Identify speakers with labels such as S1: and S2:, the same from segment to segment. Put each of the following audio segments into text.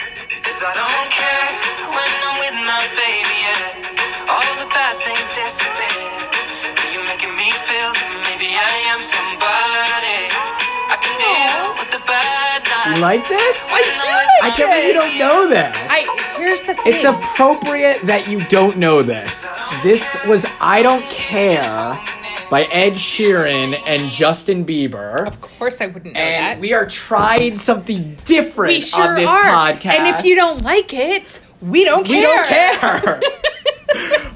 S1: Cause I don't care when I'm with my baby, yeah. All the bad things disappear. And You're making me feel that maybe I am somebody. I can deal with the bad nights.
S2: Like this?
S1: When
S3: I
S1: I'm
S3: do
S1: with
S2: I
S1: my
S3: like
S2: can't believe you
S3: this.
S2: don't
S1: baby, yeah.
S2: know this.
S3: I here's the
S2: It's
S3: thing.
S2: appropriate that you don't know this. This was I Don't Care by Ed Sheeran and Justin Bieber.
S3: Of course, I wouldn't know that.
S2: And we are trying something different
S3: we sure
S2: on this
S3: are.
S2: podcast.
S3: And if you don't like it, we don't care.
S2: we don't care.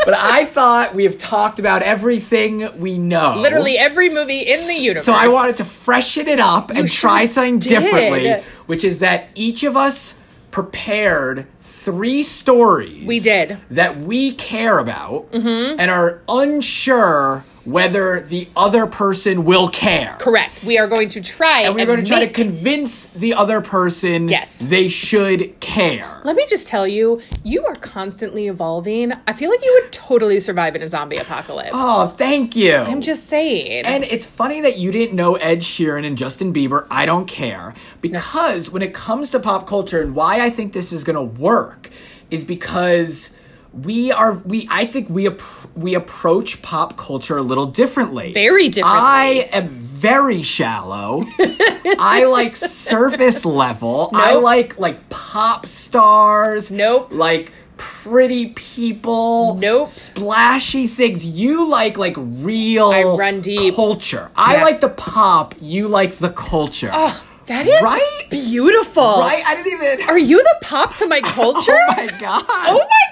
S2: but I thought we have talked about everything we know.
S3: Literally every movie in the universe.
S2: So I wanted to freshen it up and
S3: sure
S2: try something
S3: did.
S2: differently, which is that each of us prepared three stories
S3: We did. Mm-hmm.
S2: that we care about and are unsure whether the other person will care.
S3: Correct. We are going to try
S2: And we're going to try to
S3: make-
S2: convince the other person
S3: Yes.
S2: they should care.
S3: Let me just tell you, you are constantly evolving. I feel like you would totally survive in a zombie apocalypse.
S2: Oh, thank you.
S3: I'm just saying.
S2: And it's funny that you didn't know Ed Sheeran and Justin Bieber. I don't care. Because when it comes to pop culture and why I think this is going to work is because we are we I think we appr we approach pop culture a little differently.
S3: Very differently.
S2: I am very shallow. I like surface level. I
S3: Nope.
S2: like like pop stars.
S3: Nope.
S2: Like pretty people.
S3: Nope.
S2: Splashy things. You like like real
S3: I run deep.
S2: culture. I
S3: Yeah.
S2: like the pop. You like the culture.
S3: that is
S2: Right?
S3: beautiful.
S2: Right? I didn't even.
S3: Oh. Are you the pop to my culture?
S2: Oh my god.
S3: Oh my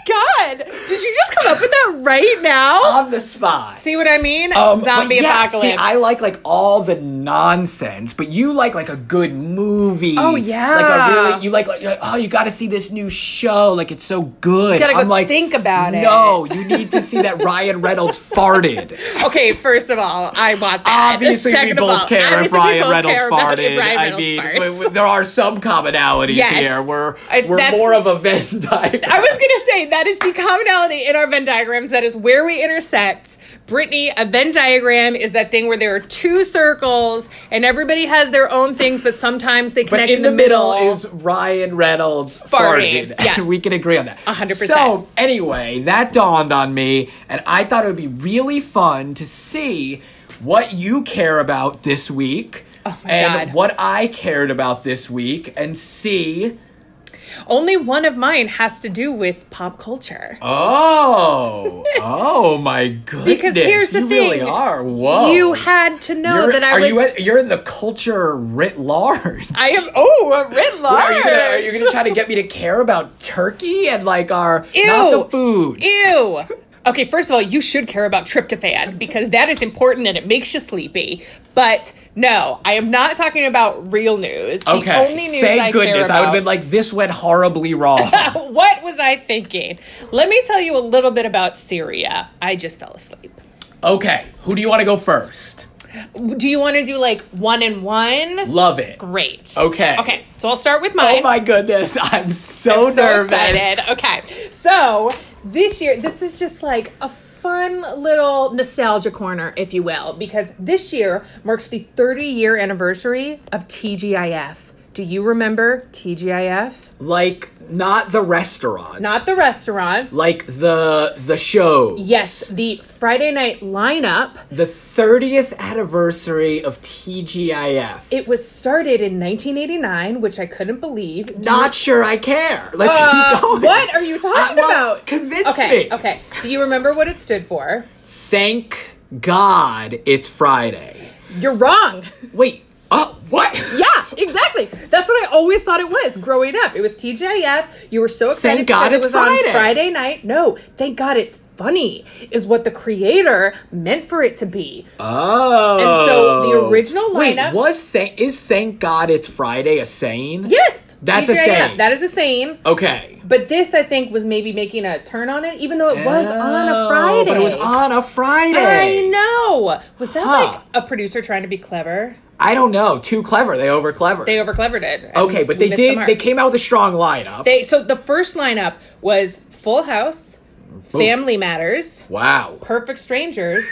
S3: god! Did you just come up with that right now?
S2: On the spot.
S3: See what I mean?
S2: Um, but
S3: Zombie
S2: yeah, see,
S3: apocalypse.
S2: I like like all the nonsense, but you like like a good movie.
S3: Oh, yeah.
S2: like a really you like, like you're like, oh you got to see this new show. Like it's so good.
S3: Gotta go
S2: I'm like
S3: think about it.
S2: No, you need to see that Ryan Reynolds farted.
S3: Okay, first of all, I want that.
S2: Obviously, we
S3: Second of
S2: both
S3: all,
S2: care if
S3: obviously we
S2: Ryan
S3: both
S2: Reynolds
S3: care about if
S2: farted.
S3: Ryan
S2: I
S3: Reynolds
S2: mean,
S3: farts.
S2: w- w- there are some commonalities
S3: Yes.
S2: here. We're
S3: It's-
S2: we're
S3: that's-
S2: more of a Venn diagram.
S3: I was gonna say that is the commonality in our Venn diagrams. That is where we intersect. Brittany, a Venn diagram is that thing where there are two circles and everybody has their own things, but sometimes they
S2: But
S3: connect
S2: in the middle,
S3: middle.
S2: is Ryan Reynolds
S3: Farting,
S2: farted.
S3: yes.
S2: we can agree on that.
S3: hundred percent.
S2: So anyway, that dawned on me, and I thought it would be really fun to see what you care about this week,
S3: Oh my
S2: and
S3: God.
S2: what I cared about this week, and see.
S3: Only one of mine has to do with pop culture.
S2: Oh, oh my goodness!
S3: because here's the
S2: you
S3: thing:
S2: really are. Whoa,
S3: you had to know
S2: Oh. You're-
S3: that I
S2: are
S3: was.
S2: You at- you're in the culture writ large.
S3: I am. Oh, a writ large.
S2: Are you, gonna, are you gonna try to get me to care about turkey and like our
S3: Ew.
S2: not the food?
S3: Ew. Okay, first of all, you should care about tryptophan because that is important and it makes you sleepy. But no, I am not talking about real news. The
S2: Okay.
S3: only news
S2: Thank
S3: I
S2: goodness.
S3: care
S2: I would
S3: about.
S2: have been like, this went horribly wrong.
S3: what was I thinking? Let me tell you a little bit about Syria. I just fell asleep.
S2: okay. Who do you want to go first?
S3: Do you want to do like one and one?
S2: Love it.
S3: Great.
S2: Okay.
S3: Okay, so I'll start with mine.
S2: Oh my goodness. I'm so,
S3: I'm so
S2: Oh, nervous.
S3: excited. Okay. So this year, this is just like a fun little nostalgia corner, if you will, because this year marks the 30 year anniversary of TGIF. Do you remember TGIF?
S2: Like, not the restaurant.
S3: Not the restaurant.
S2: like the the shows.
S3: yes, the Friday night lineup.
S2: The 30th anniversary of TGIF.
S3: It was started in 1989, which I couldn't believe. Do you-
S2: not sure I care. Let's
S3: Uh,
S2: keep going.
S3: what are you talking
S2: I- well,
S3: about?
S2: Convince
S3: okay,
S2: me.
S3: okay. Do you remember what it stood for?
S2: Thank God it's Friday.
S3: You're wrong.
S2: Wait.
S3: uh,
S2: Oh, what?
S3: Yeah, exactly. That's what I always thought it was growing up. It was TGIF. You were so excited
S2: Thank God it's
S3: because it was on
S2: Friday.
S3: Friday night. No, thank God it's funny is what the creator meant for it to be.
S2: Oh.
S3: And so the original
S2: Wait,
S3: lineup-
S2: was thank is thank God it's Friday a saying?
S3: yes,
S2: That's a
S3: TGIF.
S2: saying.
S3: That is a saying.
S2: Okay.
S3: But this, I think, was maybe making a turn on it, even though it was on a
S2: Oh,
S3: Friday.
S2: But it was on a Friday.
S3: I know. Was that
S2: Huh.
S3: like a producer trying to be clever?
S2: I don't know. Too clever. They over clever.
S3: They overclevered it. and
S2: okay, but
S3: we
S2: they
S3: missed the
S2: did
S3: mark.
S2: they came out with a strong lineup.
S3: They so the first lineup was Full House, Family Matters,
S2: wow.
S3: Perfect Strangers,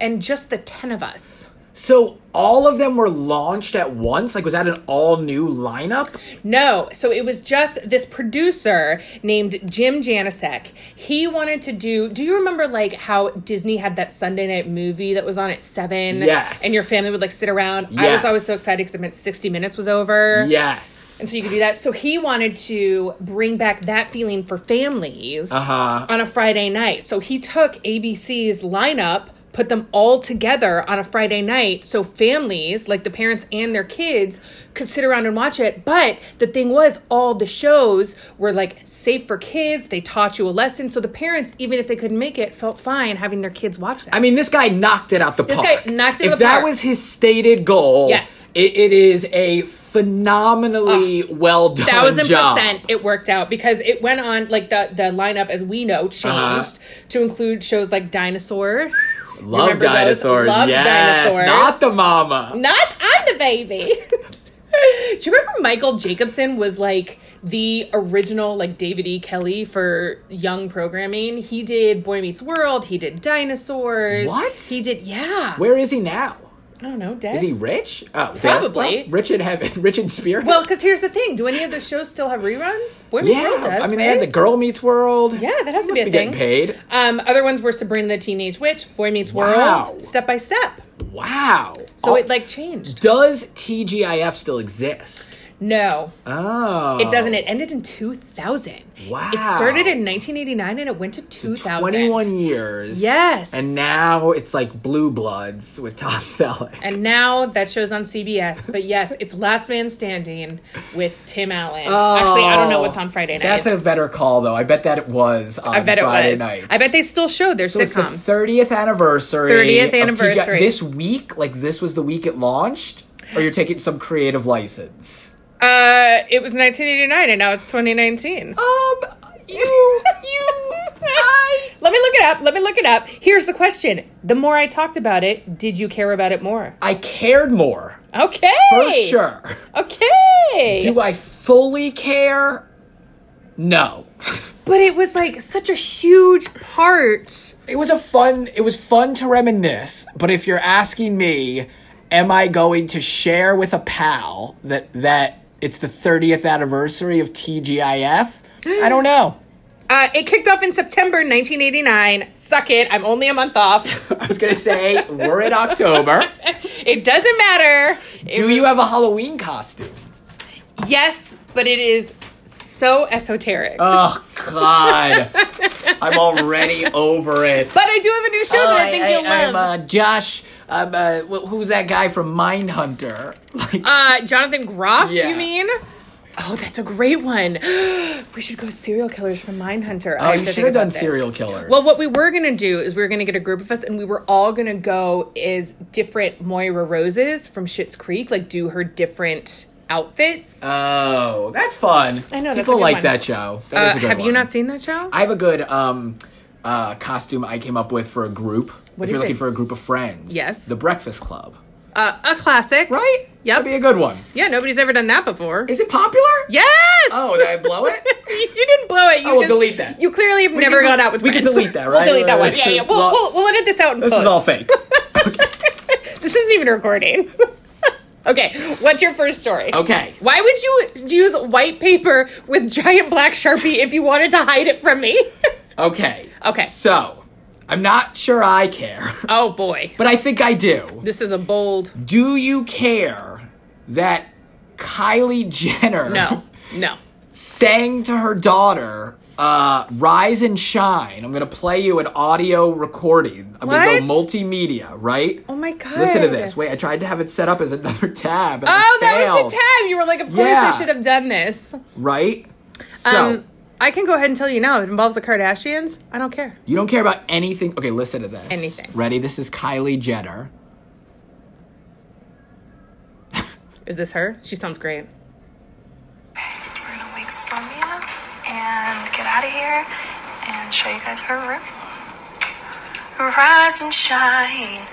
S3: and just the 10 of us.
S2: So all of them were launched at once? Like, was that an all new lineup?
S3: No, so it was just this producer named Jim Janasek. He wanted to do. Do you remember like how Disney had that Sunday night movie that was on at seven?
S2: Yes.
S3: And your family would like sit around. I was
S2: Yes.
S3: always so excited because it meant sixty minutes was over.
S2: Yes.
S3: And so you could do that. So he wanted to bring back that feeling for families on a Friday night. So he took ABC's lineup, put them all together on a Friday night so families, like the parents and their kids, could sit around and watch it. But the thing was, all the shows were like safe for kids. They taught you a lesson. So the parents, even if they couldn't make it, felt fine having their kids watch that.
S2: I mean, this guy knocked it out the
S3: This
S2: park.
S3: guy knocked it out
S2: if
S3: the
S2: that
S3: park.
S2: was his stated goal,
S3: Yes.
S2: it, it is a phenomenally well done
S3: thousand
S2: job.
S3: percent it worked out because it went on like the the lineup as we know changed to include shows like dinosaur
S2: Uh-huh. Love
S3: Remember those?
S2: dinosaurs.
S3: Love
S2: yes,
S3: dinosaurs.
S2: not the mama.
S3: not i'm the baby do you remember michael jacobson was like the original like david e kelly for young programming he did boy meets world he did dinosaurs
S2: What?
S3: he did yeah
S2: Where is he now?
S3: i don't know dead
S2: Is he rich? Oh, dead?
S3: Probably.
S2: Well, rich in heaven. Rich in spirit.
S3: well because here's the thing do any of those shows still have reruns boy meets
S2: yeah.
S3: world does
S2: I mean, they had the
S3: right?
S2: Girl Meets World.
S3: Yeah, that has
S2: He
S3: to be
S2: must be
S3: a thing.
S2: getting paid.
S3: Um, other ones were Sabrina the Teenage Witch, Boy Meets
S2: Wow.
S3: World, Step by Step.
S2: Wow.
S3: So
S2: Oh,
S3: it like changed.
S2: does TGIF still exist?
S3: No,
S2: Oh,
S3: it doesn't. It ended in 2000.
S2: Wow.
S3: It started in 1989 and it went to 2000.
S2: Twenty-one years.
S3: Yes.
S2: And now it's like Blue Bloods with Tom Selleck.
S3: And now that show's on CBS. But yes, it's Last Man Standing with Tim Allen.
S2: Oh.
S3: Actually, I don't know what's on Friday nights.
S2: That's a better call, though. I bet that it was on
S3: I bet
S2: Friday
S3: it was.
S2: nights.
S3: I bet they still showed their
S2: So it's the
S3: sitcoms.
S2: 30th anniversary.
S3: 30th
S2: of TGI
S3: anniversary.
S2: This week, like this was the week it launched, or you're taking some creative license?
S3: uh, it was 1989 and now it's 2019.
S2: Um, you, you, I.
S3: Let me look it up. Let me look it up. Here's the question. The more I talked about it, did you care about it more?
S2: I cared more.
S3: Okay.
S2: For sure.
S3: Okay.
S2: Do I fully care? No.
S3: but it was like such a huge part.
S2: It was a fun. It was fun to reminisce. But if you're asking me, am I going to share with a pal that that it's the 30th anniversary of TGIF? I don't know.
S3: Uh, it kicked off in September 1989. Suck it. I'm only a month off.
S2: I was gonna say we're in October.
S3: it doesn't matter. It
S2: Do
S3: was-
S2: you have a Halloween costume?
S3: Yes, but it is so esoteric.
S2: Oh God, I'm already over it.
S3: but I do have a new show that I think you'll
S2: am
S3: love.
S2: uh, Josh. I'm, uh, wh- who's that guy from Mindhunter? Like,
S3: Uh, Jonathan Groff,
S2: Yeah.
S3: you mean? Oh, that's a great one. we should go serial killers from Mindhunter.
S2: oh,
S3: I
S2: you
S3: to
S2: should
S3: think
S2: have
S3: about
S2: done
S3: this.
S2: serial killers.
S3: Well, what we were gonna do is we were gonna get a group of us, and we were all gonna go as different Moira Roses from Schitt's Creek, like do her different outfits.
S2: Oh, that's fun.
S3: Uh, I know, that's a
S2: people
S3: good
S2: like
S3: one.
S2: that show. That is
S3: Uh,
S2: a good
S3: have you
S2: one.
S3: not seen that show?
S2: I have a good um, uh, costume I came up with for a group.
S3: What
S2: if you're
S3: is
S2: looking
S3: it?
S2: for a group of friends,
S3: Yes.
S2: The Breakfast Club,
S3: uh, a classic,
S2: right?
S3: Yep.
S2: that'd be a good one.
S3: Yeah, nobody's ever done that before.
S2: Is it popular?
S3: yes.
S2: Oh, did I blow it?
S3: you didn't blow it. You
S2: I will
S3: just,
S2: delete that.
S3: You clearly have never
S2: can-
S3: gone out with
S2: we can
S3: friends.
S2: delete that, right?
S3: We'll delete that one.
S2: This
S3: Yeah, yeah.
S2: is
S3: We'll,
S2: lo-
S3: we'll, we'll edit this out in
S2: This
S3: post.
S2: is all fake.
S3: This isn't even recording. okay, what's your first story?
S2: Okay.
S3: Why would you use white paper with giant black sharpie if you wanted to hide it from me?
S2: Okay.
S3: Okay.
S2: So, I'm not sure I care,
S3: oh boy.
S2: but I think I do.
S3: This is a bold.
S2: Do you care that Kylie Jenner
S3: No. No.
S2: sang to her daughter uh, Rise and Shine. I'm going to play you an audio recording. I'm going to go
S3: What?
S2: multimedia, right?
S3: Oh my god.
S2: Listen to this. Wait, I tried to have it set up as another tab. and I
S3: Oh, that
S2: failed,
S3: was the tab. You were like, of course
S2: Yeah.
S3: I should have done this.
S2: Right? So,
S3: Um, I can go ahead and tell you now. If it involves the Kardashians. I don't care.
S2: you don't care about anything. Okay, listen to this.
S3: Anything.
S2: Ready? This is Kylie Jenner.
S3: Is this her? She sounds great.
S4: We're gonna wake Stormy up and get out of here and show you guys her room. Rise and shine.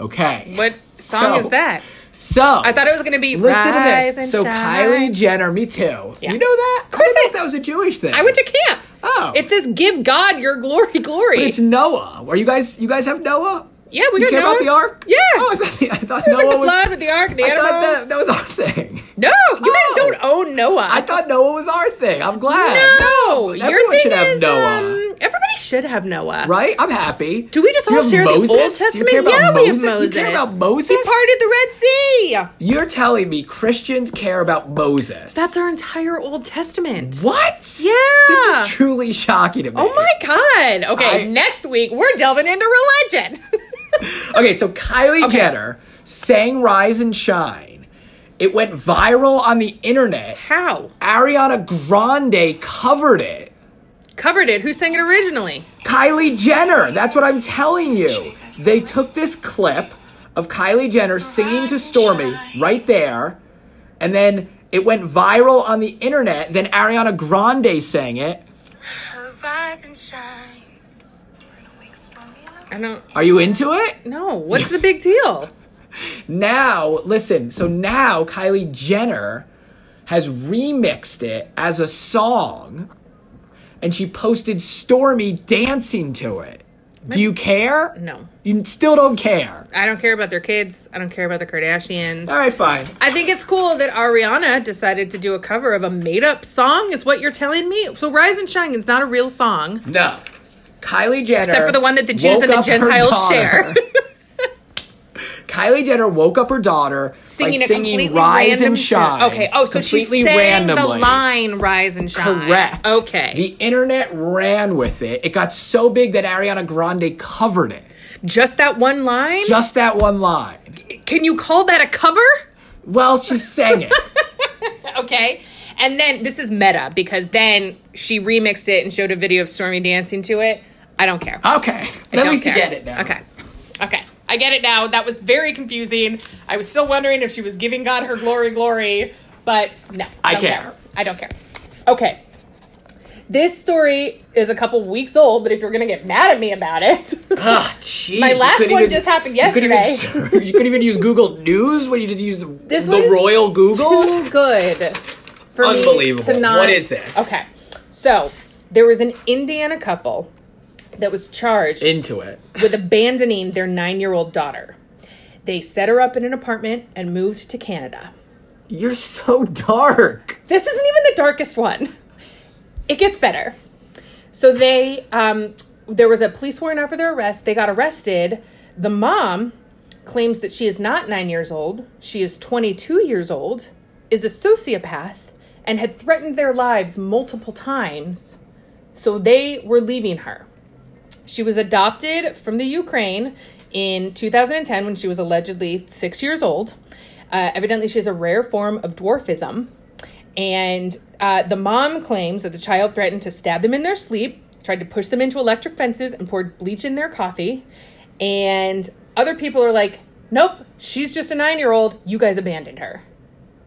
S2: Okay.
S3: What song
S2: So-
S3: is that?
S2: So
S3: I thought it was gonna be
S2: Listen to
S3: Rise
S2: this.
S3: and
S2: so
S3: Shine.
S2: Kylie Jenner, me too.
S3: Yeah.
S2: You know that? Of
S3: course
S2: I, didn't know
S3: I-
S2: if that was a Jewish thing.
S3: I went to camp.
S2: Oh.
S3: It says, "Give God your glory, glory."
S2: It's Noah. Are you guys? You guys have Noah?
S3: Yeah, we
S2: You
S3: got
S2: care about
S3: Noah.
S2: the ark?
S3: Yeah.
S2: Oh, I thought, the- I thought
S3: It was
S2: Noah
S3: like the
S2: was.
S3: flood with the ark, the
S2: I thought that,
S3: animals.
S2: that was our thing.
S3: no, you
S2: Oh.
S3: guys don't own Noah.
S2: I thought Noah was our thing. I'm glad.
S3: no,
S2: everyone
S3: your thing
S2: should have
S3: is
S2: Noah.
S3: um, everybody should have Noah.
S2: Right? I'm happy.
S3: Do we just
S2: Do you
S3: all
S2: have
S3: share
S2: Moses?
S3: the Old
S2: Do you
S3: Testament?
S2: care about
S3: yeah, we have
S2: Moses?
S3: Moses.
S2: You care about Moses?
S3: He parted the Red Sea.
S2: You're telling me Christians care about Moses.
S3: That's our entire Old Testament.
S2: What?
S3: Yeah.
S2: This is truly shocking to me.
S3: Oh my god. Okay,
S2: I-
S3: next week we're delving into religion.
S2: Okay, so Kylie
S3: Okay.
S2: Jenner sang Rise and Shine. It went viral on the internet.
S3: How?
S2: Ariana Grande covered it.
S3: Covered it. Who sang it originally?
S2: Kylie Jenner. That's what I'm telling you. They took this clip of Kylie Jenner singing to Stormy right there, and then it went viral on the internet. Then Ariana Grande sang it.
S4: Rise and shine.
S3: I don't
S2: Are you into it?
S3: know. What's the big deal?
S2: Now, listen, so now Kylie Jenner has remixed it as a song, and she posted Stormy dancing to it. Do you care?
S3: No.
S2: You still don't care.
S3: I don't care about their kids. I don't care about the Kardashians.
S2: All right, fine.
S3: I think it's cool that Ariana decided to do a cover of a made up song, is what you're telling me. So Rise and Shine is not a real song.
S2: No. Kylie Jenner.
S3: Except for the one that the Jews
S2: woke
S3: and the
S2: up her
S3: Gentiles
S2: daughter-
S3: share.
S2: Kylie Jenner woke up her daughter
S3: singing
S2: by
S3: a
S2: singing
S3: completely
S2: Rise
S3: random
S2: and Shine.
S3: tune. Okay. Oh, so she
S2: completely
S3: sang the
S2: randomly.
S3: line "Rise and Shine."
S2: Correct.
S3: Okay.
S2: The internet ran with it. It got so big that Ariana Grande covered it.
S3: Just that one line.
S2: Just that one line.
S3: Can you call that a cover?
S2: Well, she sang it.
S3: Okay. And then this is meta because then she remixed it and showed a video of Stormy dancing to it. I don't care.
S2: Okay.
S3: I
S2: At
S3: don't
S2: least
S3: care.
S2: you get it now.
S3: Okay. Okay. I get it now. That was very confusing. I was still wondering if she was giving God her glory, glory, but no.
S2: I
S3: don't
S2: care.
S3: I don't care. Okay. This story is a couple weeks old, but if you're going to get mad at me about it,
S2: Ugh, jeez.
S3: My
S2: you
S3: last
S2: couldn't
S3: one just happened
S2: You couldn't,
S3: yesterday.
S2: even, you couldn't even use Google News when you just use
S3: This one
S2: the
S3: is
S2: royal Google?
S3: too good for me
S2: Unbelievable.
S3: to not.
S2: What is this?
S3: Okay. So there was an Indiana couple that was charged
S2: Into it.
S3: with abandoning their nine year old daughter. They set her up in an apartment and moved to Canada.
S2: You're so dark.
S3: This isn't even the darkest one. It gets better. So they, um, there was a police warrant out for their arrest. They got arrested. The mom claims that she is not nine years old. She is 22 years old, is a sociopath, and had threatened their lives multiple times. So they were leaving her. She was adopted from the Ukraine in 2010 when she was allegedly six years old. Uh, evidently, she has a rare form of dwarfism. And uh, the mom claims that the child threatened to stab them in their sleep, tried to push them into electric fences, and poured bleach in their coffee. And other people are like, nope, she's just a nine year old. You guys abandoned her.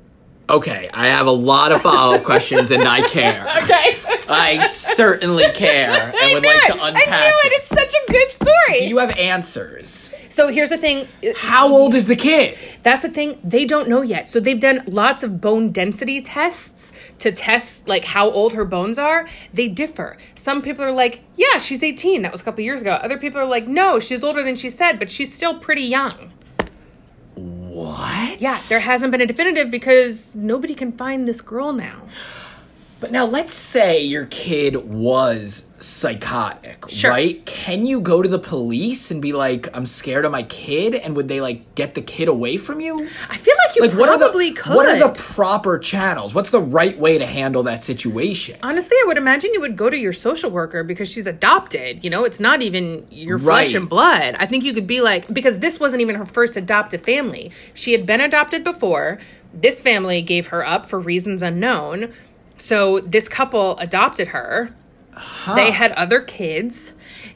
S2: Okay, I have a lot of follow up questions and I care.
S3: Okay.
S2: I certainly care and would like to unpack. this.
S3: such a good story.
S2: Do you have answers?
S3: so here's the thing.
S2: How old is the kid?
S3: That's the thing, they don't know yet. So they've done lots of bone density tests to test like how old her bones are. They differ. Some people are like, "Yeah, she's 18. That was a couple years ago." Other people are like, "No, she's older than she said, but she's still pretty young."
S2: What?
S3: Yeah, there hasn't been a definitive because nobody can find this girl now.
S2: But now let's say your kid was psychotic,
S3: Sure.
S2: right? Can you go to the police and be like, "I'm scared of my kid," and would they like get the kid away from you?
S3: I feel like you
S2: Like, what are
S3: probably
S2: the
S3: could.
S2: what are the proper channels? What's the right way to handle that situation?
S3: Honestly, I would imagine you would go to your social worker because she's adopted. You know, it's not even your flesh
S2: Right.
S3: and blood. I think you could be like, because this wasn't even her first adopted family. She had been adopted before. This family gave her up for reasons unknown. So this couple adopted her. They had other kids.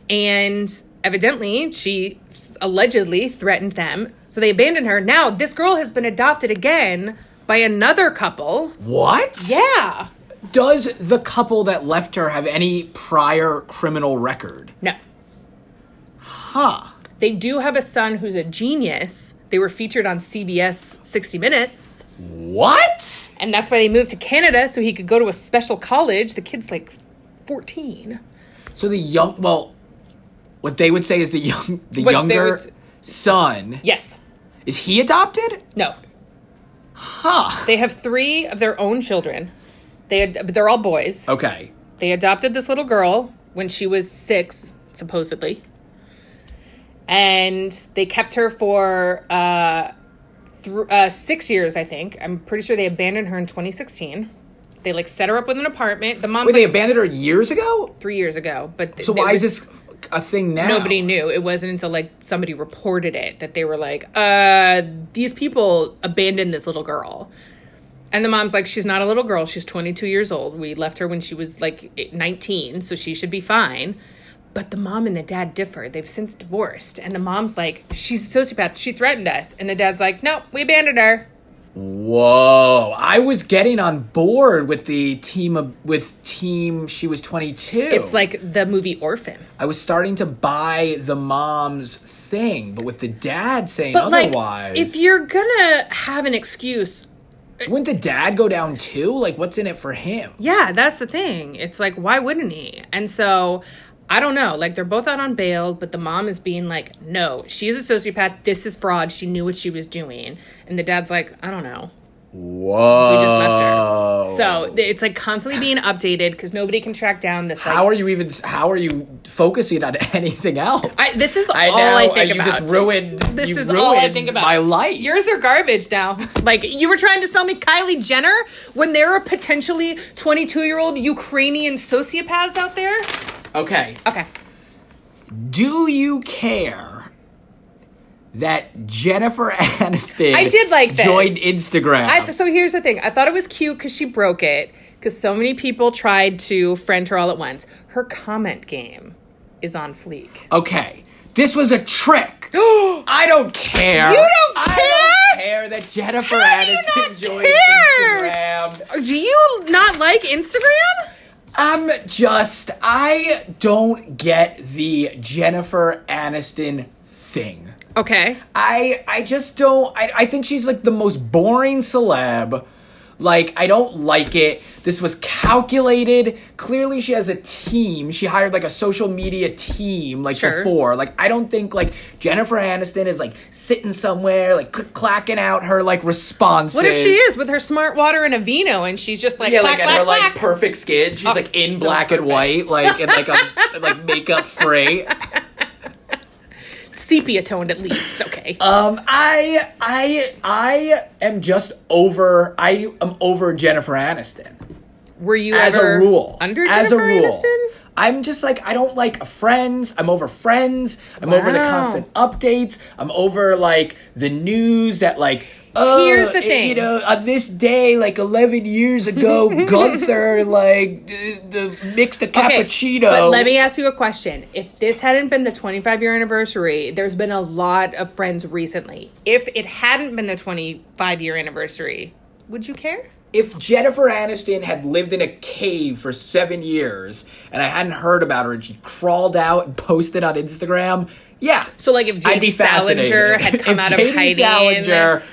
S3: And evidently, she allegedly threatened them. So they abandoned her. Now, this girl has been adopted again by another couple.
S2: What?
S3: Yeah.
S2: Does the couple that left her have any prior criminal record?
S3: No.
S2: Huh.
S3: They do have a son who's a genius. They were featured on CBS 60 Minutes,
S2: What?
S3: and that's why they moved to Canada so he could go to a special college. The kid's like 14.
S2: So the young well what they would say is the young the
S3: What they
S2: younger
S3: would-
S2: son.
S3: Yes.
S2: Is he adopted?
S3: No.
S2: Huh.
S3: They have three of their own children. They ad- they're all boys.
S2: Okay.
S3: They adopted this little girl when she was six, supposedly. And they kept her for uh, thr uh, six years, I think. I'm pretty sure they abandoned her in 2016. They like set her up with an apartment. The mom's
S2: Wait, they
S3: like,
S2: abandoned her years ago?
S3: three years ago, but th-
S2: So
S3: it
S2: why is
S3: was-
S2: this a thing now?
S3: nobody knew. It wasn't until like somebody reported it that they were like, uh, these people abandoned this little girl. And the mom's like, she's not a little girl. She's 22 years old. We left her when she was like eight- 19, so she should be fine. But the mom and the dad differ. They've since divorced. And the mom's like, she's a sociopath. She threatened us. And the dad's like, nope, we abandoned her.
S2: Whoa! I was getting on board with the team of, with team. She was twenty two.
S3: It's like the movie Orphan.
S2: I was starting to buy the mom's thing, but with the dad saying
S3: But like,
S2: otherwise,
S3: if you're gonna have an excuse,
S2: wouldn't the dad go down too? Like, what's in it for him?
S3: Yeah, that's the thing. It's like, why wouldn't he? And so I don't know. Like, they're both out on bail, but the mom is being like, no, she's a sociopath. This is fraud. She knew what she was doing. And the dad's like, I don't know.
S2: Whoa!
S3: We just left her.
S2: Oh.
S3: So th- it's like constantly being updated because nobody can track down this. Like,
S2: how are you even? How are you focusing on anything else?
S3: I, this is
S2: I
S3: all
S2: know,
S3: I
S2: uh,
S3: think
S2: you
S3: about.
S2: just ruined.
S3: This
S2: you
S3: is all I
S2: ruined
S3: think about.
S2: My life.
S3: Yours are garbage now. Like you were trying to sell me Kylie Jenner when there are potentially 22 year old Ukrainian sociopaths out there.
S2: okay.
S3: Okay.
S2: Do you care that Jennifer Aniston?
S3: I did like this.
S2: joined Instagram.
S3: I th- so here's the thing. I thought it was cute because she broke it because so many people tried to friend her all at once. Her comment game is on fleek.
S2: okay, this was a trick. I don't care.
S3: You don't
S2: I don't care that Jennifer
S3: How do you
S2: Aniston
S3: not
S2: joined
S3: care?
S2: Instagram.
S3: Do you not like Instagram?
S2: I'm just, I don't get the Jennifer Aniston thing.
S3: Okay.
S2: I I just don't I, I think she's like the most boring celeb. Like I don't like it. This was calculated. Clearly she has a team. She hired like a social media team like
S3: Sure.
S2: before. Like I don't think like Jennifer Aniston is like sitting somewhere like click clacking out her like responses.
S3: What if she is with her smart water and a vino and she's just like,
S2: Yeah,
S3: clack,
S2: like at her
S3: clack,
S2: like
S3: clack?
S2: perfect skin. She's like
S3: it's
S2: in
S3: so
S2: black and
S3: perfect.
S2: white, like in like a like makeup free.
S3: sepia toned at least. Okay.
S2: Um, I I I am just over. I am over Jennifer Aniston
S3: Were you
S2: as
S3: ever
S2: a rule.
S3: under
S2: as
S3: Jennifer
S2: a rule,
S3: Aniston?
S2: I'm just like I don't like Friends. I'm over Friends. I'm over the
S3: Wow.
S2: constant updates. I'm over like the news that like. Oh,
S3: Here's the
S2: it- You
S3: thing.
S2: know, on this day, like 11 years ago, Gunther like d- d- mixed a cappuccino.
S3: But let me ask you a question. If this hadn't been the 25 year anniversary, there's been a lot of friends recently. If it hadn't been the 25 year anniversary, would you care?
S2: if Jennifer Aniston had lived in a cave for seven years and I hadn't heard about her and she crawled out and posted on Instagram, yeah.
S3: So, like, if
S2: I'd be
S3: J.D. Salinger
S2: fascinated.
S3: had come
S2: If
S3: out of
S2: J.D.
S3: hiding
S2: Salinger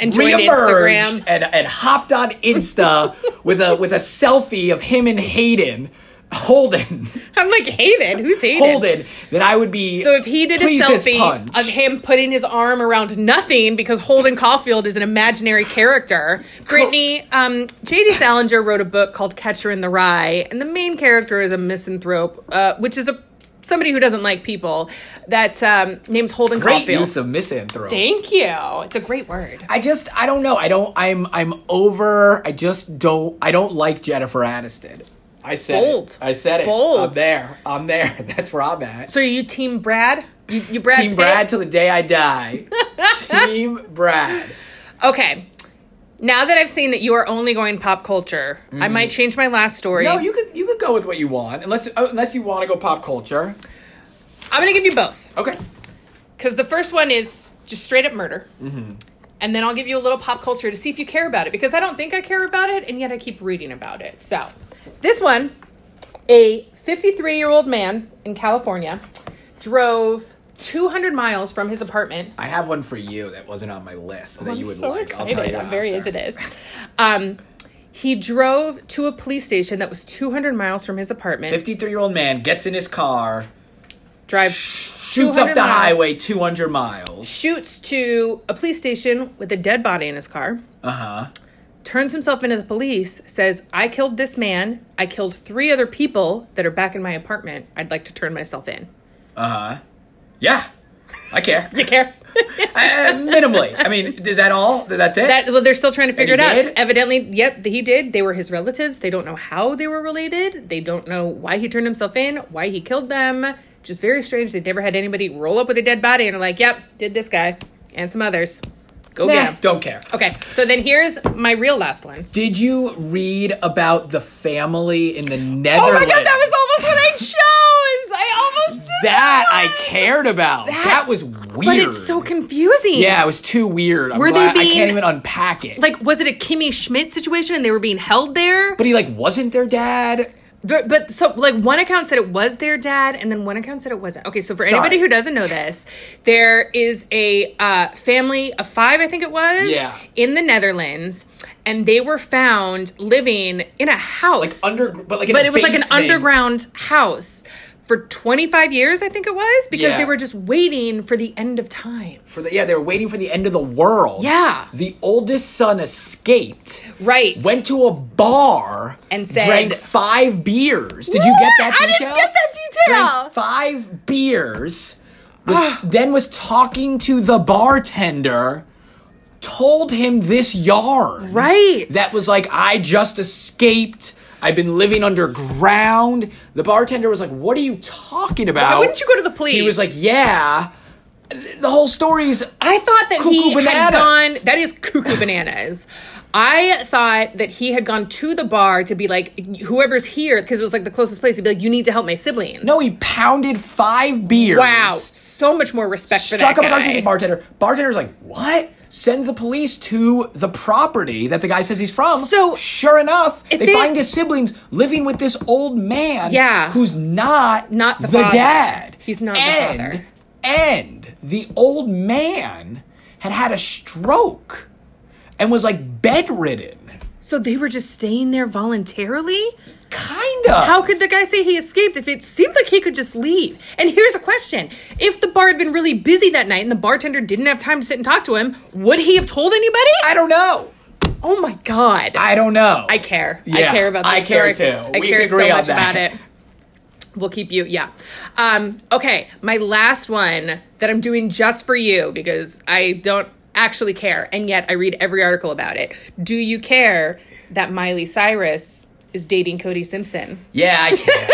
S3: and joined
S2: reemerged
S3: Instagram.
S2: and, and hopped on Insta with a with a selfie of him and Hayden Holden
S3: I'm like, Hayden, who's Hayden?
S2: Holden, then I would be
S3: So if he did a
S2: please this
S3: selfie
S2: punch.
S3: of him putting his arm around nothing because Holden Caulfield is an imaginary character, Brittany, um, J.D. Salinger wrote a book called Catcher in the Rye, and the main character is a misanthrope, uh, which is a somebody who doesn't like people. That um, name's Holden
S2: great
S3: Caulfield.
S2: use of misanthrope.
S3: Thank you. It's a great word.
S2: I just I don't know. I don't I'm I'm over I just don't I don't like Jennifer Aniston. I said
S3: Bold.
S2: it. I said it.
S3: Bold.
S2: I'm there. I'm there. That's where I'm at.
S3: So are you Team Brad? You, you Brad?
S2: Team
S3: Pitt?
S2: Brad till the day I die. Team Brad.
S3: Okay. Now that I've seen that you are only going pop culture, I might change my last story.
S2: Mm-hmm. No, you could you could go with what you want unless oh, unless you want to go pop culture.
S3: I'm going to give you both.
S2: Okay.
S3: because the first one is just straight up murder.
S2: Mm-hmm.
S3: And then I'll give you a little pop culture to see if you care about it because I don't think I care about it, and yet I keep reading about it. So, this one a 53 year old man in California drove 200 miles from his apartment
S2: I have one for you that wasn't on my list that
S3: I'm
S2: you would
S3: so
S2: like.
S3: excited.
S2: I'll tell you
S3: I'm very
S2: after.
S3: into this. Um, he drove to a police station that was 200 miles from his apartment.
S2: 53 year old man gets in his car,
S3: drives
S2: shoots up
S3: 200
S2: the
S3: miles.
S2: highway 200 miles.
S3: shoots to a police station with a dead body in his car. Uh huh.
S2: Uh-huh.
S3: Turns himself into the police, says, I killed this man. I killed three other people that are back in my apartment. I'd like to turn myself in.
S2: Yeah, I care.
S3: You care?
S2: Uh, minimally. I mean, is that all? That's it?
S3: that, well, they're still trying to figure it
S2: he
S3: out.
S2: did?
S3: Evidently, yep, he did. They were his relatives. They don't know how they were related. They don't know why he turned himself in, why he killed them. Just very strange. They never had anybody roll up with a dead body and are like, yep, did this guy and some others. Go
S2: Nah,
S3: get him.
S2: don't care.
S3: Okay, so then here's my real last one.
S2: Did you read about the family in the Netherlands?
S3: Oh my god, that was almost what I chose. I almost did
S2: that I
S3: one.
S2: cared about. That, was weird.
S3: But it's so confusing.
S2: Yeah, it was too weird. I'm
S3: Were they
S2: glad- I
S3: being-
S2: can't even unpack it.
S3: Like, was it a Kimmy Schmidt situation and they were being held there?
S2: but he like wasn't their dad.
S3: But, but so like one account said it was their dad, and then one account said it wasn't. Okay, so for
S2: Sorry.
S3: anybody who doesn't know this, there is a uh, family of five, I think it was,
S2: Yeah.
S3: in the Netherlands, and they were found living in a house,
S2: Like under- but like in
S3: but
S2: a
S3: it was like an
S2: basement.
S3: underground house for 25 years, I think it was, because
S2: Yeah.
S3: they were just waiting for the end of time.
S2: For the yeah, they were waiting for the end of the world.
S3: Yeah.
S2: The oldest son escaped.
S3: Right.
S2: Went to a bar
S3: And said-
S2: drank five beers. Did you get that
S3: I
S2: detail?
S3: didn't get that detail. Ah.
S2: Drank five beers. Was, then was talking to the bartender. Told him this yarn.
S3: Right.
S2: That was like I just escaped. I've been living underground. The bartender was like, "What are you talking about?
S3: wouldn't you go to the police?
S2: He was like, "Yeah." The whole story's
S3: I thought that he
S2: Cuckoo
S3: had
S2: bananas.
S3: gone. That is cuckoo bananas. I thought that he had gone to the bar to be like, whoever's here, because it was like the closest place. He'd be like, you need to help my siblings.
S2: No, he pounded five beers.
S3: Wow, so much more respect for that
S2: Struck up a conversation
S3: guy.
S2: with the bartender. Bartender's like, what? Sends the police to the property that the guy says he's from.
S3: So-
S2: sure enough, they,
S3: If they-
S2: find his siblings living with this old man.
S3: Yeah.
S2: who's not
S3: Not the father.
S2: dad.
S3: He's not the
S2: and,
S3: father.
S2: And the old man had had a stroke and was like bedridden.
S3: so they were just staying there voluntarily.
S2: Kinda.
S3: How could the guy say he escaped if it seemed like he could just leave? And here's a question: If the bar had been really busy that night and the bartender didn't have time to sit and talk to him, would he have told anybody?
S2: I don't know.
S3: oh my god!
S2: I don't know.
S3: I care.
S2: Yeah,
S3: I care about this
S2: I care
S3: story.
S2: too.
S3: I
S2: We
S3: care
S2: can
S3: so
S2: agree on
S3: much
S2: that.
S3: about it. We'll keep you. Yeah. Um, okay. My last one that I'm doing just for you because I don't actually care, and yet I read every article about it. Do you care that Miley Cyrus is dating Cody Simpson?
S2: Yeah, I can.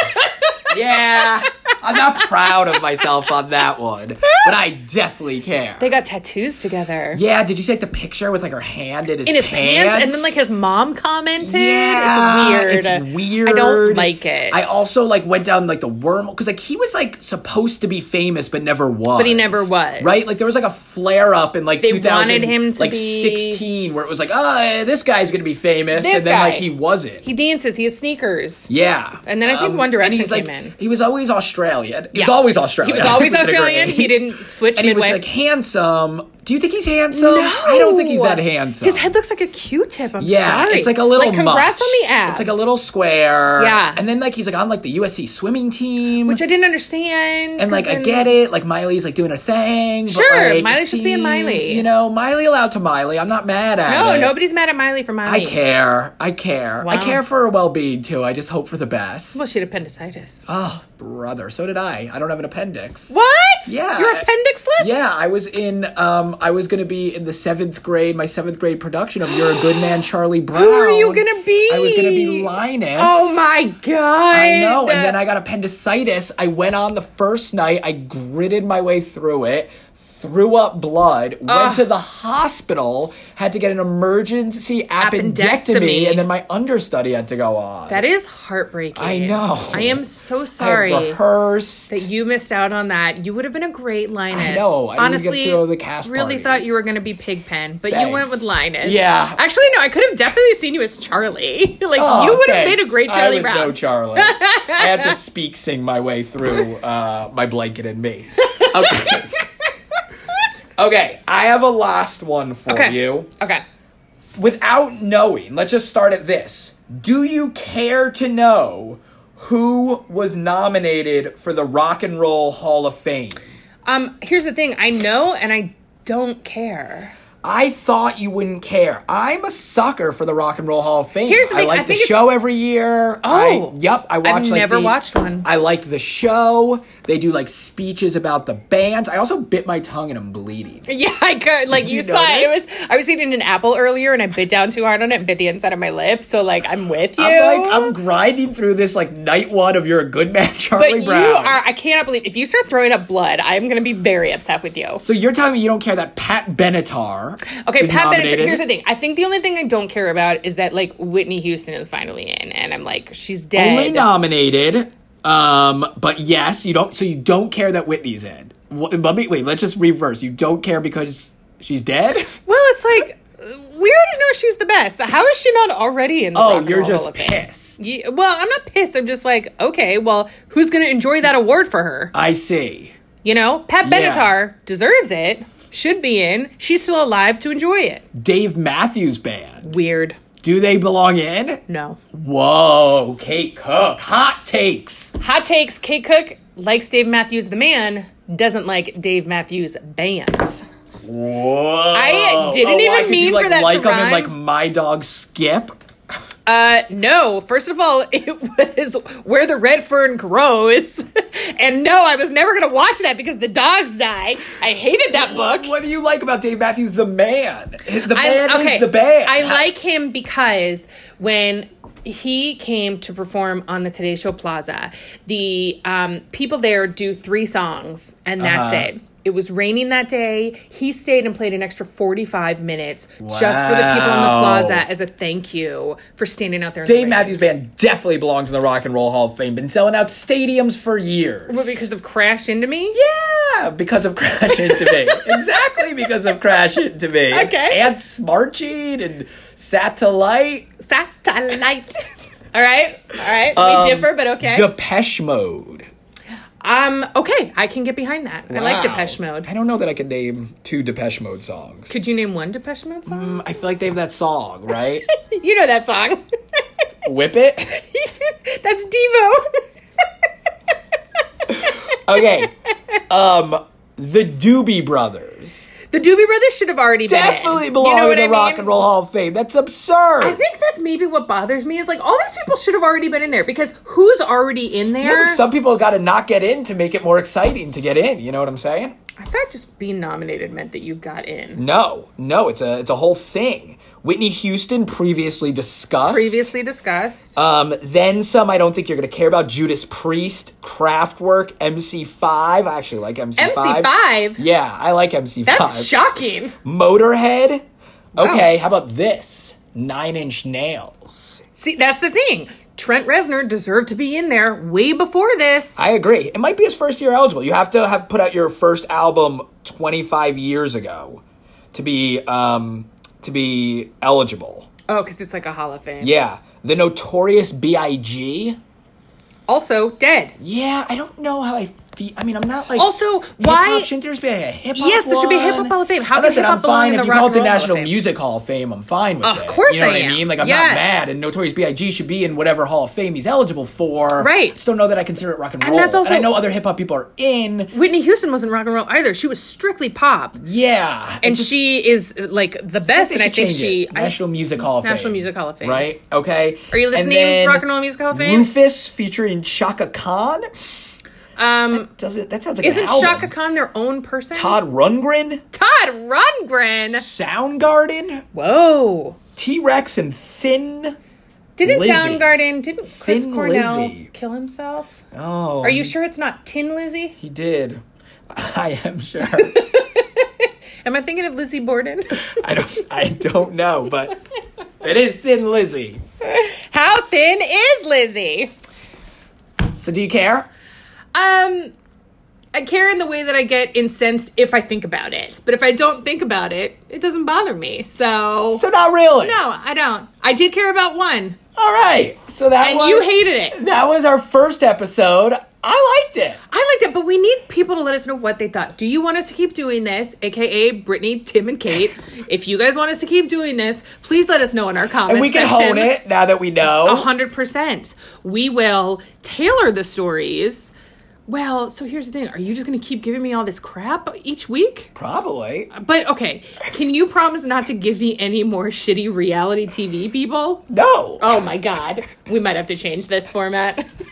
S2: yeah. I'm not proud of myself on that one, but I definitely care.
S3: They got tattoos together.
S2: yeah, did you see like the picture with like her hand in his,
S3: In his pants. and then like his mom commented.
S2: Yeah,
S3: it's weird.
S2: It's weird.
S3: I don't like it.
S2: I also like went down like the wormhole because like he was like supposed to be famous but never was. But
S3: he never was.
S2: Right? Like there was like a flare up in like
S3: They
S2: 2000,
S3: wanted him to
S2: like
S3: be-
S2: 16 where it was like, oh, this guy's gonna be famous,
S3: This
S2: and then
S3: guy.
S2: like he wasn't.
S3: He dances. He has sneakers.
S2: Yeah. Um,
S3: And then I think One
S2: and
S3: Direction
S2: he's like,
S3: came in.
S2: He was always Australian. He was
S3: Yeah.
S2: always Australian.
S3: He was always
S2: To a degree.
S3: Australian. He didn't switch
S2: And he was
S3: midway.
S2: like handsome. Do you think he's handsome? I don't think he's that handsome.
S3: His head looks like a Q-tip. I'm
S2: yeah,
S3: sorry.
S2: it's like a little.
S3: Like,
S2: much.
S3: congrats on the abs.
S2: It's like a little square.
S3: Yeah.
S2: and then like he's like on like the USC swimming team,
S3: which I didn't understand.
S2: and like I get it. Like Miley's like doing her thing.
S3: Sure,
S2: but, like,
S3: Miley's
S2: it
S3: just being
S2: seems,
S3: Miley.
S2: You know, Miley allowed to Miley. I'm not mad at
S3: No,
S2: it.
S3: nobody's mad at Miley for
S2: I
S3: Miley.
S2: care. I care. I
S3: Wow.
S2: care for her well being too. I just hope for the best.
S3: Well, she had appendicitis.
S2: Oh, brother. So did I. I don't have an appendix.
S3: what?
S2: Yeah.
S3: Your appendix list?
S2: Yeah, I was in. Um, I was gonna be in the seventh grade, my seventh grade production of "You're a Good Man, Charlie Brown."
S3: Who are you gonna be?
S2: I was gonna be Linus.
S3: Oh my god.
S2: I know. And then I got appendicitis. I went on the first night. I gritted my way through it. Threw up blood. Went to the hospital. Had to get an emergency appendectomy,
S3: Appendectomy.
S2: and then my understudy had to go on.
S3: That is heartbreaking.
S2: I know.
S3: I am so
S2: I had
S3: sorry
S2: rehearsed.
S3: that you missed out on that. You would have been a great Linus.
S2: I know. I didn't
S3: Honestly,
S2: get to go to the cast
S3: really
S2: parties.
S3: thought you were going to be Pigpen, but you
S2: Thanks.
S3: went with Linus.
S2: Yeah.
S3: Actually, no. I could have definitely seen you as Charlie. like
S2: Oh,
S3: you would have
S2: thanks.
S3: made a great
S2: I
S3: Charlie
S2: was
S3: Brown.
S2: no Charlie. I had to speak sing my way through uh, my blanket and me. Okay. okay, I have a last one for
S3: okay.
S2: you.
S3: Okay.
S2: Without knowing, let's just start at this. Do you care to know who was nominated for the Rock and Roll Hall of Fame?
S3: Um, here's the thing. I know, and I don't care.
S2: I thought you wouldn't care. I'm a sucker for the Rock and Roll Hall of Fame.
S3: Here's the
S2: I
S3: thing,
S2: like
S3: I
S2: the
S3: think it's-
S2: show every year.
S3: Oh.
S2: I, yep. I
S3: I've
S2: watch. like,
S3: never
S2: the-
S3: watched one.
S2: I like the show. They do like speeches about the bands. I also bit my tongue and I'm bleeding.
S3: Yeah, I could. Like you,
S2: you
S3: saw, it. it
S2: notice?
S3: was. I was eating an apple earlier, and I bit down too hard on it and bit the inside of my lip. So like, I'm with you.
S2: I'm like I'm grinding through this like night one of you're a good man, Charlie
S3: but
S2: Brown.
S3: you are. I cannot believe if you start throwing up blood, I'm gonna be very upset with you.
S2: So you're telling me you don't care that Pat Benatar?
S3: Okay,
S2: is
S3: Pat Benatar.
S2: nominated?
S3: Here's the thing. I think the only thing I don't care about is that like Whitney Houston is finally in, and I'm like, she's dead.
S2: only nominated. Um, but yes, you don't. So you don't care that Whitney's in. Wh- Let me wait. Let's just reverse. You don't care because she's dead.
S3: Well, it's like we already know she's the best. How is she not already in? the Rock
S2: Oh,
S3: and
S2: you're
S3: Roll Hall
S2: just
S3: of Fame?
S2: pissed.
S3: Ye- well, I'm not pissed. I'm just like, okay, well, who's gonna enjoy that award for her?
S2: I see.
S3: You know, Pat
S2: Yeah.
S3: Benatar deserves it. Should be in. She's still alive to enjoy it.
S2: Dave Matthews Band.
S3: Weird.
S2: Do they belong in?
S3: No.
S2: Whoa, Kate Cook. Hot takes.
S3: Hot takes. Kate Cook likes Dave Matthews the man. Doesn't like Dave Matthews bands.
S2: Whoa. Oh,
S3: I didn't
S2: why?
S3: even
S2: 'Cause
S3: mean
S2: you,
S3: for
S2: like,
S3: that to
S2: Like him
S3: rhyme.
S2: and like my dog Skip.
S3: Uh, no. First of all, it was where the red fern grows, and no, I was never gonna watch that because the dogs die. I hated that book.
S2: What do you like about Dave Matthews the man? The man
S3: I, okay,
S2: is the band.
S3: I like him because when he came to perform on the Today Show Plaza, the um, people there do three songs, and that's
S2: Uh-huh.
S3: it. It was raining that day. He stayed and played an extra 45 minutes just for the people on the
S2: Wow.
S3: plaza as a thank you for standing out there. in the
S2: Dave
S3: rain.
S2: Matthews Band definitely belongs in the Rock and Roll Hall of Fame. Been selling out stadiums for years.
S3: Well, Because of Crash Into Me?
S2: Yeah, because of Crash Into Me. exactly because of Crash Into Me.
S3: Okay.
S2: And Smarching and Satellite.
S3: Satellite. All right. All right.
S2: Um,
S3: we differ, but okay.
S2: Depeche Mode.
S3: um, okay. I can get behind that. I like
S2: Wow.
S3: Depeche Mode.
S2: I don't know that I could name two Depeche Mode songs.
S3: Could you name one Depeche Mode song?
S2: Mm, I feel like they have that song, right?
S3: You know that song.
S2: Whip it.
S3: That's Devo.
S2: Okay. Um, the Doobie Brothers
S3: The Doobie Brothers should have already been in.
S2: definitely
S3: You
S2: belong
S3: know
S2: in
S3: what
S2: the
S3: I mean?
S2: Rock and Roll Hall of Fame. That's absurd.
S3: I think that's maybe what bothers me is like all these people should have already been in there because who's already in
S2: Yeah,
S3: there?
S2: but some people got to not get in to make it more exciting to get in. You know what I'm saying?
S3: I thought just being nominated meant that you got in.
S2: No, no, it's a it's a whole thing. Whitney Houston previously discussed.
S3: Previously discussed.
S2: Um, then some I don't think you're gonna care about. Judas Priest, Kraftwerk, MC5. I actually like MC5.
S3: MC5?
S2: Yeah, I like MC5.
S3: that's shocking.
S2: mm. Motorhead. Okay, how about this? Nine Inch Nails.
S3: See, that's the thing. Trent Reznor deserved to be in there way before this.
S2: I agree. It might be his first year eligible. You have to have put out your first album 25 years ago to be um, to be eligible.
S3: oh, because it's like a Hall of Fame.
S2: Yeah, the Notorious B.I.G.
S3: Also dead.
S2: Yeah, I don't know how I feel. I mean, I'm not like
S3: Also, why-
S2: hip-hop, Shouldn't there just be a hip hop?
S3: Yes, there should be a hip-hop Hall of Fame. How
S2: Listen,
S3: does hip-hop
S2: I'm
S3: belong
S2: fine
S3: in
S2: if
S3: the
S2: you
S3: Rock
S2: call it
S3: and
S2: the
S3: Roll Hall of
S2: National
S3: Fame?
S2: Music Hall of Fame. I'm fine with
S3: Of
S2: it.
S3: course
S2: you know
S3: I
S2: what
S3: am.
S2: I mean. Like I'm
S3: Yes.
S2: not mad, and Notorious B.I.G. should be in whatever Hall of Fame he's eligible for.
S3: Right.
S2: Just don't know that I consider it rock and,
S3: And
S2: roll.
S3: that's also-
S2: I know other hip hop people are in.
S3: Whitney Houston wasn't rock and roll either. She was strictly pop.
S2: Yeah.
S3: and she is like the best.
S2: They
S3: and I
S2: should
S3: think
S2: change it.
S3: she I-
S2: National Music Hall of Fame.
S3: National Music Hall of Fame.
S2: Right? Okay.
S3: Are you listening,
S2: then
S3: Rock and Roll Music Hall of Fame?
S2: Rufus featuring Shaka Khan.
S3: um,
S2: Does it? That sounds like
S3: isn't
S2: an album.
S3: Shaka Khan their own person?
S2: Todd Rundgren,
S3: Todd Rundgren.
S2: Soundgarden,
S3: Whoa!
S2: T Rex, and Thin.
S3: Didn't
S2: Lizzy.
S3: Soundgarden? Didn't Chris
S2: Thin
S3: Cornell
S2: Lizzy.
S3: kill himself?
S2: Oh,
S3: Are you sure it's not Tin Lizzy?
S2: He did. I am sure.
S3: Am I thinking of Lizzie Borden?
S2: I don't. I don't know, but it is Thin Lizzy.
S3: How thin is Lizzie?
S2: So do you care?
S3: Um, I care in the way that I get incensed if I think about it, but if I don't think about it, it doesn't bother me. So,
S2: So not really.
S3: no, I don't. I did care about one,
S2: All right. So that
S3: and
S2: was,
S3: you hated it.
S2: That was our first episode. I liked it.
S3: I liked it, but we need people to let us know what they thought. Do you want us to keep doing this? AKA Brittany, Tim, and Kate. if you guys want us to keep doing this, please let us know in our comments.
S2: And we can hone it
S3: Oh.
S2: now that we know.
S3: hundred percent. We will tailor the stories Well, so here's the thing. Are you just going to keep giving me all this crap each week?
S2: Probably.
S3: But okay, can you promise not to give me any more shitty reality TV people?
S2: No.
S3: Oh my god, we might have to change this format.